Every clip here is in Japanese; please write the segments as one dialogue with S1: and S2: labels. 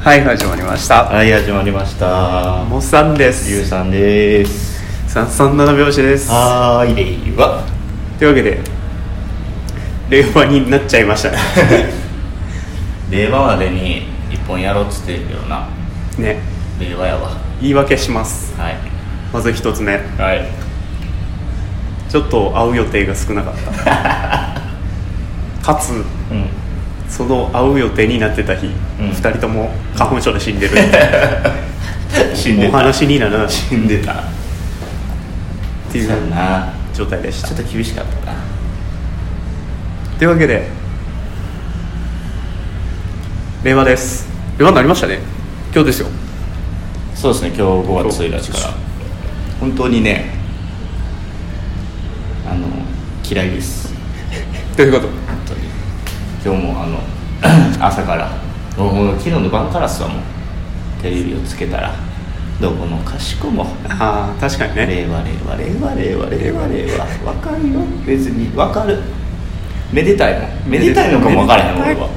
S1: はい始まりました
S2: はい始まりました
S1: もっさんで
S2: ゆう
S1: す
S2: さんです
S1: 三三七拍子です
S2: はーい令和
S1: というわけで令和になっちゃいました ね
S2: 令和までに一本やろうっつってるけどな
S1: ね
S2: 令和やわ
S1: 言い訳します
S2: はい
S1: まず一つ目
S2: はい
S1: ちょっと会う予定が少なかったか つ
S2: うん
S1: その会う予定になってた日、
S2: ん
S1: 二人とも花粉症で死んでる
S2: 死ん
S1: お
S2: でた
S1: 話にならない
S2: 死んでた
S1: ってい
S2: そう
S1: う
S2: やな
S1: 状態でし
S2: ちょ
S1: た
S2: っと厳しかったな
S1: というわけで令和です令和になりましたね今日ですよ
S2: そうですね今日5月1日から本当にねあの嫌いです
S1: ということ
S2: 本当に今日もあの 朝からもう昨日の晩からっすわもうテレビをつけたらどこもかしこも
S1: ああ確かにね
S2: 令和令和令和令和令和令和わかるよ別にわかるめでたいもんめでたいのかもわからへん俺は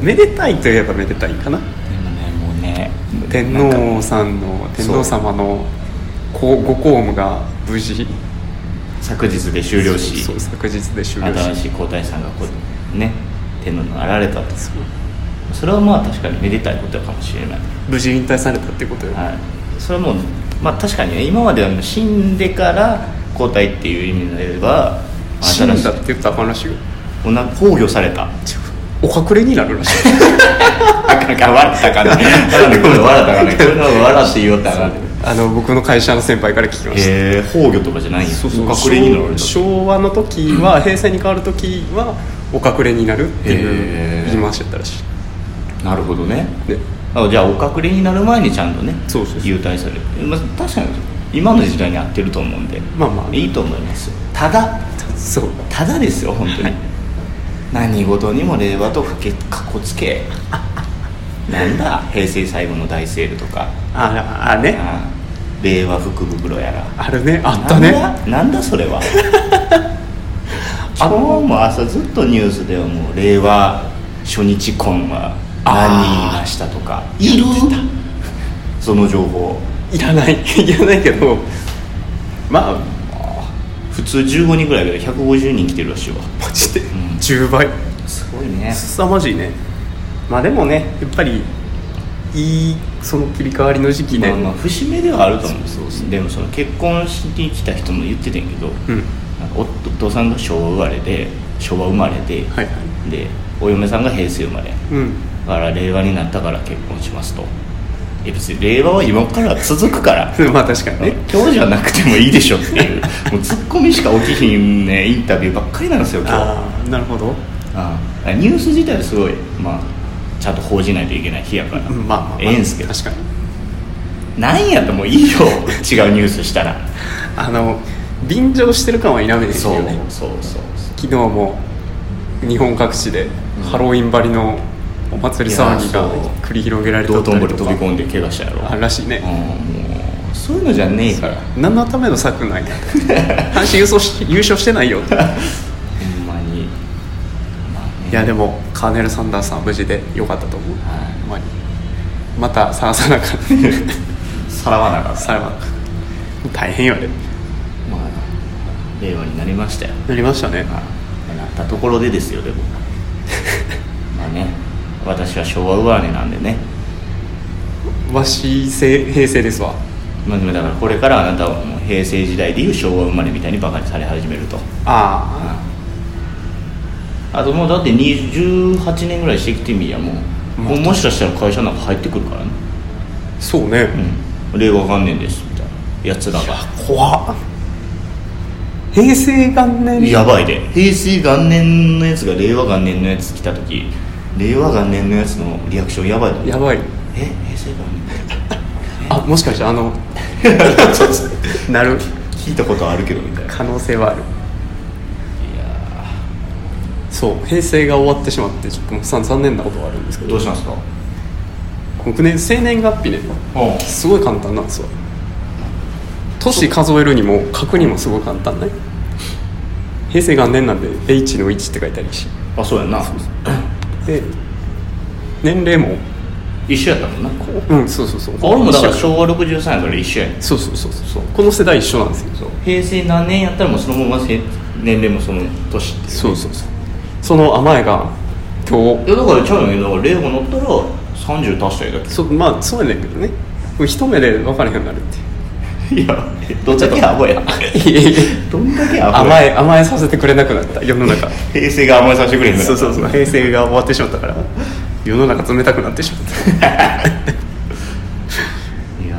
S1: めでたいといえばめでたいかな
S2: でもねもうね
S1: 天皇さんの天皇様のこうご公務が無事
S2: 昨日で終了し
S1: そう昨日で終了
S2: 新
S1: し
S2: しい皇太子さんがこうね天皇になられたとそれはまあ確かにめでたいことかもしれない
S1: 無事引退されたってことよ、
S2: はい、それはもう、まあ、確かにね今まではもう死んでから交代っていう意味では
S1: 死んだ
S2: 新しい
S1: って言ったら話が
S2: おな崩御された
S1: お隠れになるらしい
S2: あかんあかん笑ったらあかんね笑ったらあかんねこれは笑って言おうったらあかんね
S1: あの僕の会社の先輩から聞きました、
S2: えー、崩御とかじゃないんや
S1: そうそう
S2: 隠れになるんだ
S1: 昭昭和の時は平成に変わる時はお隠れになるってい
S2: へ
S1: う
S2: ー
S1: 言い回しだったらし
S2: なるほどね
S1: いで
S2: あじゃあお隠れになる前にちゃんとね
S1: そうそうそう
S2: 優待される、まあ、確かに今の時代に合ってると思うんで
S1: まあまあ
S2: いいと思いますよただ
S1: そう
S2: ただですよ本当に何事にも令和とかけかっこ つけなんだ平成最後の大セールとか
S1: あらあね
S2: あー令和福袋やら
S1: あれねあったね
S2: なんだなんだそ れは今日も朝ずっとニュースではもう令和初日婚は何人いましたとかいるその情報
S1: いらない いらないけどまあ
S2: 普通15人ぐらいだけど150人来てるらしいわ
S1: マジで10倍
S2: すごいね
S1: 凄まじいねまあでもねやっぱりいいその切り替わりの時期で、
S2: まあまあ節目ではあると思うんですでもその結婚しに来た人も言ってたんやけど、
S1: うん
S2: なんかおお父さんが昭和生まれで昭和生まれで、
S1: はいは
S2: でお嫁さんが平成生まれだ
S1: うん
S2: から令和になったから結婚しますとえ別に令和は今から続 くから
S1: まあ確かにね
S2: 今日じゃなくてもいいでしょっていうもうツッコミしか起きひんねインタビューばっかりなんですよ今日
S1: ああなるほど
S2: ああニュース自体はすごい、まあ、ちゃんと報じないといけない日やから、
S1: うんまあまあ、まあ、
S2: ええんすけど
S1: 確かに
S2: なんやともういいよ違うニュースしたら
S1: あの便乗してる感は否めないです
S2: そう
S1: よね
S2: そうそうそう
S1: 昨日も日本各地でハロウィン張りのお祭り騒ぎが
S2: いやそう
S1: 繰り広げられて
S2: 道
S1: た
S2: 頓
S1: り
S2: 堀
S1: と
S2: 飛
S1: か
S2: び込んで怪我したやろ
S1: あらしいね
S2: うんもうそういうのじゃねえから
S1: 何のための策なんや 阪神優勝し優勝してないよって
S2: ほんまに、まあね
S1: いやでもカーネル・サンダースさん無事で良かったと思う、
S2: はい
S1: ほんまにまた探さなかった
S2: さらわなかった
S1: さらば大変よね
S2: まあ令和になりましたよ、
S1: なりましたね
S2: まあ、なったところでですよでも まあね私は昭和生まれなんでね
S1: わしせ平成ですわ
S2: まあ、でもだからこれからあなたはもう平成時代でいう昭和生まれみたいにバカにされ始めると
S1: あ
S2: あともうだって28年ぐらいしてきてみやもう
S1: まあ
S2: もうもしかしたら会社なんか入ってくるからね、
S1: あそうね、
S2: うん、令和元年ですみたいなやつらが
S1: 怖っ平成元年
S2: やばいで平成元年のやつが令和元年のやつ来た時令和元年のやつのリアクションやばいと思う
S1: やばい
S2: え平成元
S1: あもしかしてあ のなる
S2: 年聞いたことあるけどみたいないや
S1: 可能性はある
S2: ー
S1: そう平成が終わってしまってちょっともうさん残念なことはあるんですけ
S2: ど
S1: ど
S2: うしたんですか
S1: 僕ね生年月日ね
S2: うん
S1: すごい簡単なんですよ年数えるにも書くにもすごい簡単ね平成元年なんで H の1って書いてあるし
S2: あそうやんな
S1: で年齢も
S2: 一緒やったもんなこ
S1: うんそうそうそう
S2: 俺もだから
S1: 一緒
S2: 昭和63やから一緒やねん
S1: そうそうそうそうこの世代一緒なんですよ
S2: そう平成何年やったらもうそのまませ年齢もその年っていう
S1: そうそうそうその甘えが今
S2: いやだからちゃうよねだから令和乗ったら30足したいだ
S1: 日そうまあそうやねんけどねこれ一目で分からへんようになるっ
S2: けいや どんだけアホや
S1: ていう
S2: どんだけアホ
S1: 甘
S2: や
S1: え甘えさせてくれなくなった世の中
S2: 平成が甘えさせてくれへんから
S1: そうそうそう 平成が終わってしまったから世の中冷たくなってしまっ
S2: いや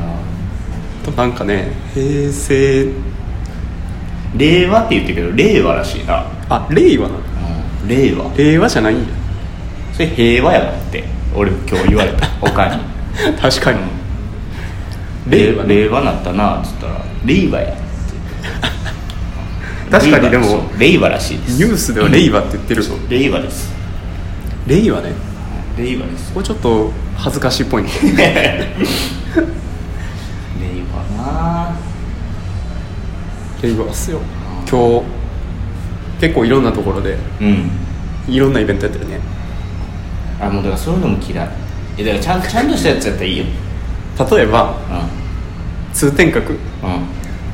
S1: たなんかね平成
S2: 令和って言ってるけど令和らしいな、
S1: あ令和なの
S2: 令和
S1: 令和じゃないんや
S2: それ平和やなって俺今日言われた他に
S1: 確かに
S2: 令
S1: 令
S2: 和
S1: 和
S2: 令和なったなっつったら令和や って
S1: 確かにでも
S2: 令和そう令和らしいです
S1: ニュースでは令和って言ってるぞ
S2: 令和です
S1: 令和ね
S2: 令和です
S1: これちょっと恥ずかしいっぽいね
S2: 令和なあ
S1: 令和っすよ今日結構いろんなところで
S2: うん
S1: いろんなイベントやってるね
S2: あもうだからそういうのも嫌いいやだからちゃんちゃんとしたやつやったらいいよ
S1: 例えば
S2: う
S1: 通天閣
S2: ん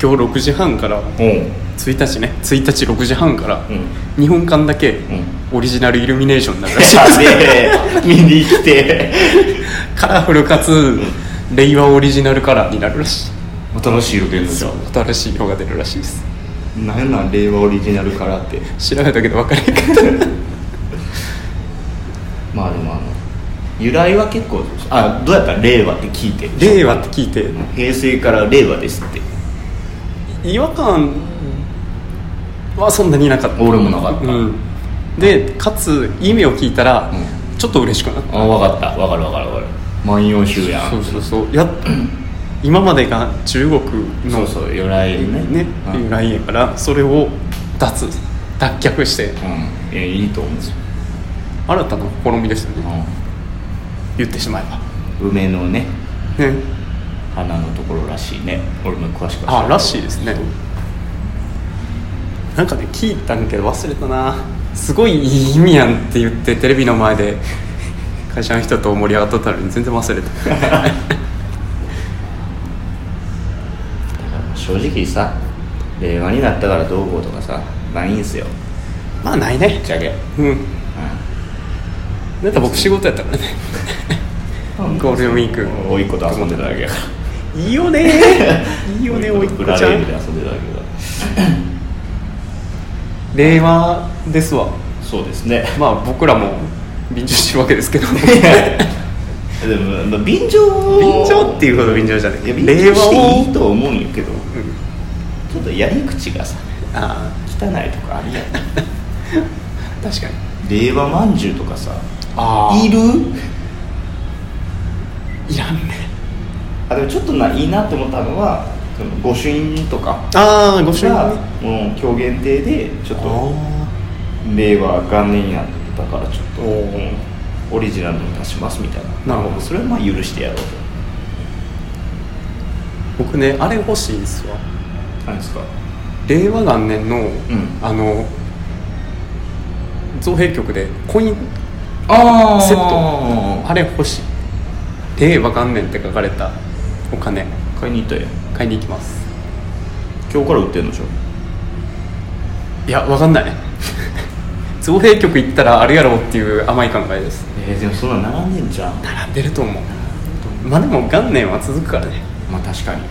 S1: 今日6時半から
S2: うんうん
S1: 1日ね1日6時半から
S2: うん
S1: 2本間だけ
S2: ん
S1: オリジナルイルミネーションになる らしい
S2: やべえ見に来て
S1: カラフルかつ令和オリジナルカラーになるらしい
S2: お楽しいよ現在
S1: 新しい色が出るらしいです
S2: なんなん令和オリジナルからって
S1: 調べたけど分から へんかった
S2: まあでもあの由来は結構あどうやったら令和って聞いて
S1: 令和って聞いて
S2: 平成から令和ですって
S1: 違和感はそんなになかった
S2: 俺もなかった
S1: うん、でかつ意味を聞いたら、
S2: う
S1: ちょっと嬉しくなった
S2: あ分かった分かる分かる分かる万葉集やん
S1: そうそうそうやっ今までが中国
S2: そ
S1: の
S2: うそう由来ね
S1: ね
S2: うん
S1: 由来やからそれを脱脱却して
S2: うんいやいいと思うんですよ、
S1: 新たな試みですよね言ってしまえ
S2: うん、梅のね
S1: ばね
S2: 花のところらしいね俺も詳しく
S1: あらしい
S2: い
S1: ですねなんかね聞いたんけど忘れたなすごいいい意味やんって言ってテレビの前で会社の人と盛り上がっとったのに全然 忘れた
S2: 正直さ令和になったからどうこうとかさないんすよ
S1: まあないね
S2: ぶっちゃけ、うん、
S1: うんだって僕仕事やったからねゴールデンウィーク
S2: おいっ子と遊んでただけやから
S1: いいよね いいよねおいっ子
S2: ブラ
S1: ちゃ
S2: レールで
S1: ん
S2: 遊んでただけだ
S1: 令和ですわ
S2: そうです ね
S1: まあ僕らも便乗してるわけですけど
S2: でも、まあ、便乗
S1: 便乗っていうほど便乗じゃない
S2: や便乗
S1: 令和
S2: していい
S1: を
S2: と思うんやけど、
S1: ん
S2: ちょっとやり口がさ
S1: あ
S2: 汚いとかあるやん
S1: あ確かに
S2: 令和まんじゅうとかさ
S1: あ
S2: いる
S1: いらんね
S2: あでもちょっとないいなって思ったのはその御朱印とか
S1: ああご主人
S2: が
S1: ね
S2: もう今日限定でちょっと令和元年やったからちょっと、
S1: おー
S2: うんオリジナルの出しますみたいな
S1: なるほど
S2: それはまあ許してやろうと
S1: 僕ねあれ欲しいんすわ
S2: 何ですかは
S1: 令和元年の、
S2: ん
S1: あの造幣局でコイン
S2: あ
S1: ー
S2: セット
S1: あれ欲しい令和元年って書かれたお金
S2: 買いに行ったやん
S1: 買いに行きます
S2: 今日から売ってんのでしょ
S1: いやわかんない 造幣局行ったらあるやろうっていう甘い考えです
S2: えー、でもそんな並んでんじゃん
S1: 並んでると思うまあでも元年は続くからね
S2: まあ確かに ね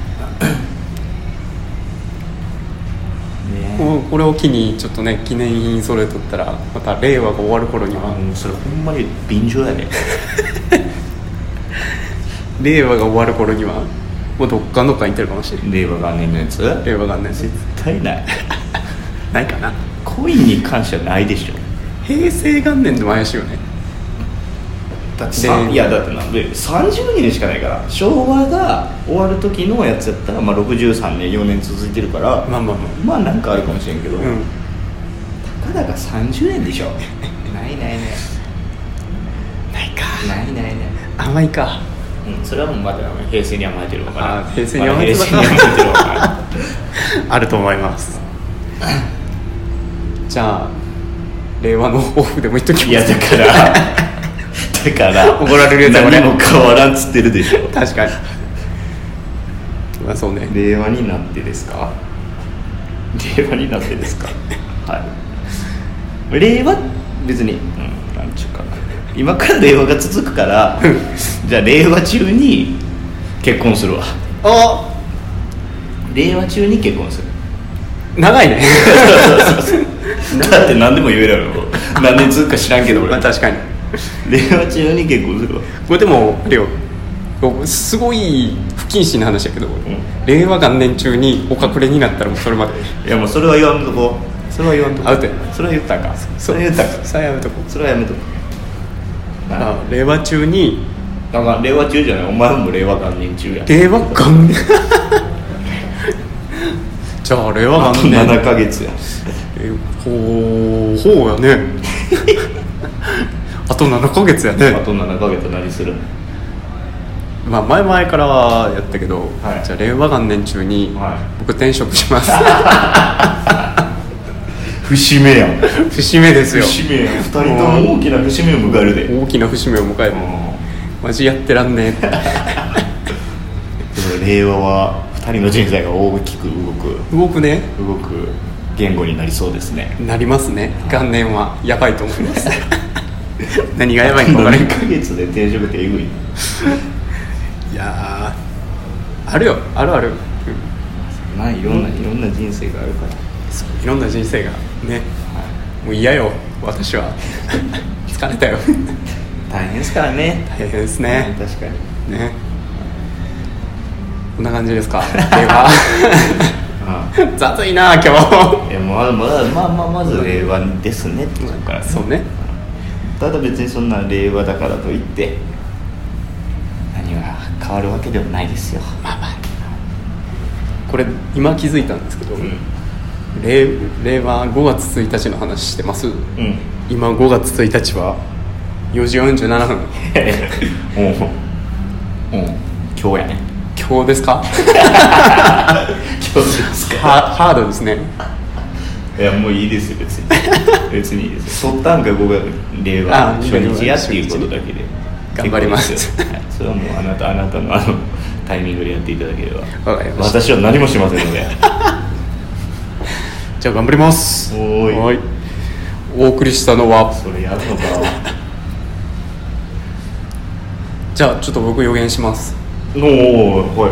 S1: こうこれを機にちょっとね記念品揃えとったらまた令和が終わる頃に
S2: あ
S1: は
S2: もうそれほんまに便乗やね
S1: 令和が終わる頃にはもうどっかどっかに行ってるかもしれない
S2: 令和元年のやつ絶
S1: 令和元年
S2: 対ない
S1: ないかな
S2: コインに関してはないでしょ
S1: 平成元年でも怪しいよね
S2: だって
S1: さ
S2: いやだってなんで30年しかないから昭和が終わる時のやつやったら、まあ、63年4年続いてるから
S1: まあまあま
S2: まあなんかあるかもしれんけど、
S1: あうん
S2: たかだか30年 でしょないないない
S1: ないか
S2: ないないない、
S1: 甘いか
S2: うん、それはもうまだ平成に甘えてるわから
S1: あー平成に甘えてるわ
S2: まだ平成に甘えてるわから
S1: あると思います じゃあ令和のオフでも言っときます
S2: いやだからだから
S1: 怒られるやつだこれ
S2: 何も変わらんっつってるでしょ
S1: 確かにまあそうね
S2: 令和になってですか令和になって ですかはい令和別にうんなんちゅうか今から令和が続くからじゃあ令和中に結婚するわ
S1: あ
S2: 令和中に結婚 する
S1: 長い ね
S2: だって何でも言えるやろ何年続くか知らんけど俺
S1: まあ確かに
S2: 令和中に結婚するわ
S1: これでもあれよすごい不謹慎な話だけど、
S2: ん
S1: 令和元年中にお隠れになったらもうそれまで
S2: いやもうそれは言わんとこそれは言わんとこ
S1: アウトや
S2: それは言ったんかそれは言ったんか
S1: さあやめとこ
S2: それはやめとこ
S1: う、あ令和中に
S2: だから令和中じゃないお前も令和元年中や
S1: 令和元年 じゃあ令和
S2: あと
S1: 元年
S2: 7か月 や
S1: えほうほうや ねあと7ヶ月やね
S2: あと7か月何する
S1: まあ前々からやったけど、
S2: はい
S1: じゃあ令和元年中に
S2: はい
S1: 僕転職し ます
S2: 節目やん
S1: 節目ですよ
S2: 節目やん2人とも大きな節目を迎えるで
S1: 大きな節目を迎えるマジやってらんねえ
S2: でも令和は2人の人生が大きく動く
S1: 動くね
S2: 動く言語になりそうですね
S1: なりますね元年はやばいと思います 何がやばいのか分からん
S2: 7
S1: けど
S2: か月で転職ってえぐい
S1: いやーあるよあるある、うん
S2: まあいろんないろんな人生があるから
S1: そういろんな人生がねもう嫌よ私は 疲れたよ
S2: 大変ですからね
S1: 大変ですね
S2: 確かに
S1: ねこんな感じですか令和
S2: あ
S1: 雑いな今日
S2: あいやまあまあまあまあまず令和ですねってことから
S1: そうね
S2: ただ別にそんな令和だからといって何が変わるわけではないですよまあまあ
S1: これ今気づいたんですけど、令令和5月1日の話してます
S2: うん
S1: 今5月1日は4時47分
S2: うんうん今日やね
S1: 今日です か
S2: 今日です
S1: ハハードですね
S2: いやもういいですよ別 に別にいいですよ取ったんか僕が令和
S1: あ
S2: 初日やっていうことだけで
S1: 頑張ります
S2: 結構ですよはいそれはもうあなたあなたのあのタイミングでやっていただければ
S1: わかりました
S2: 私は何もしませんの で
S1: じゃあ頑張ります
S2: おーい
S1: はお送りしたのは
S2: それやるのか
S1: じゃあちょっと僕予言します
S2: おお は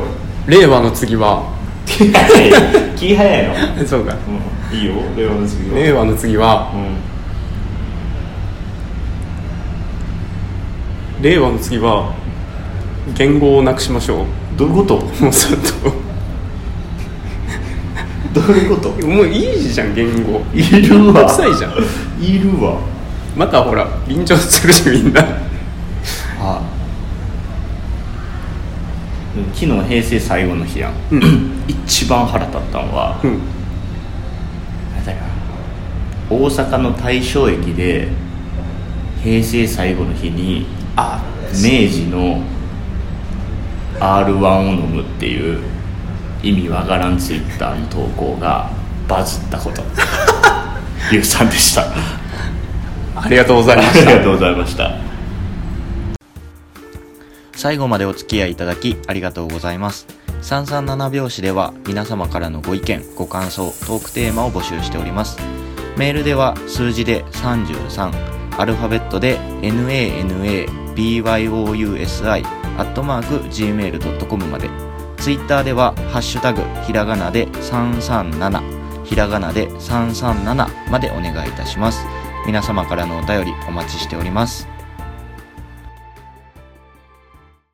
S2: い
S1: 令和の次は
S2: 気早いの、
S1: そうか
S2: うん、いいよ令和の次は
S1: 令和の次は
S2: う
S1: 令和の次は言語をなくしましょ
S2: んどういうこと
S1: う もうちょっと
S2: どういうこと
S1: もういいじゃん言語
S2: いるわ
S1: 臭いじゃん
S2: いるわ
S1: またほら臨場するしみんな
S2: あ昨日平成最後の日やん、一番腹立ったのは、
S1: うん
S2: なんだよ大阪の大正駅で平成最後の日に
S1: あ
S2: 明治の R1 を飲むっていう意味わからんツイッターの投稿がバズったことゆうさんでしたあ
S1: ありがとうございま
S2: り
S1: した
S2: がとうございました最後までお付き合いいただきありがとうございます337拍子では皆様からのご意見ご感想トークテーマを募集しておりますメールでは数字で33アルファベットで nanabyousi アットマーク gmail.com までツイッターではハッシュタグひらがなで337ひらがなで337までお願いいたします皆様からのお便りお待ちしております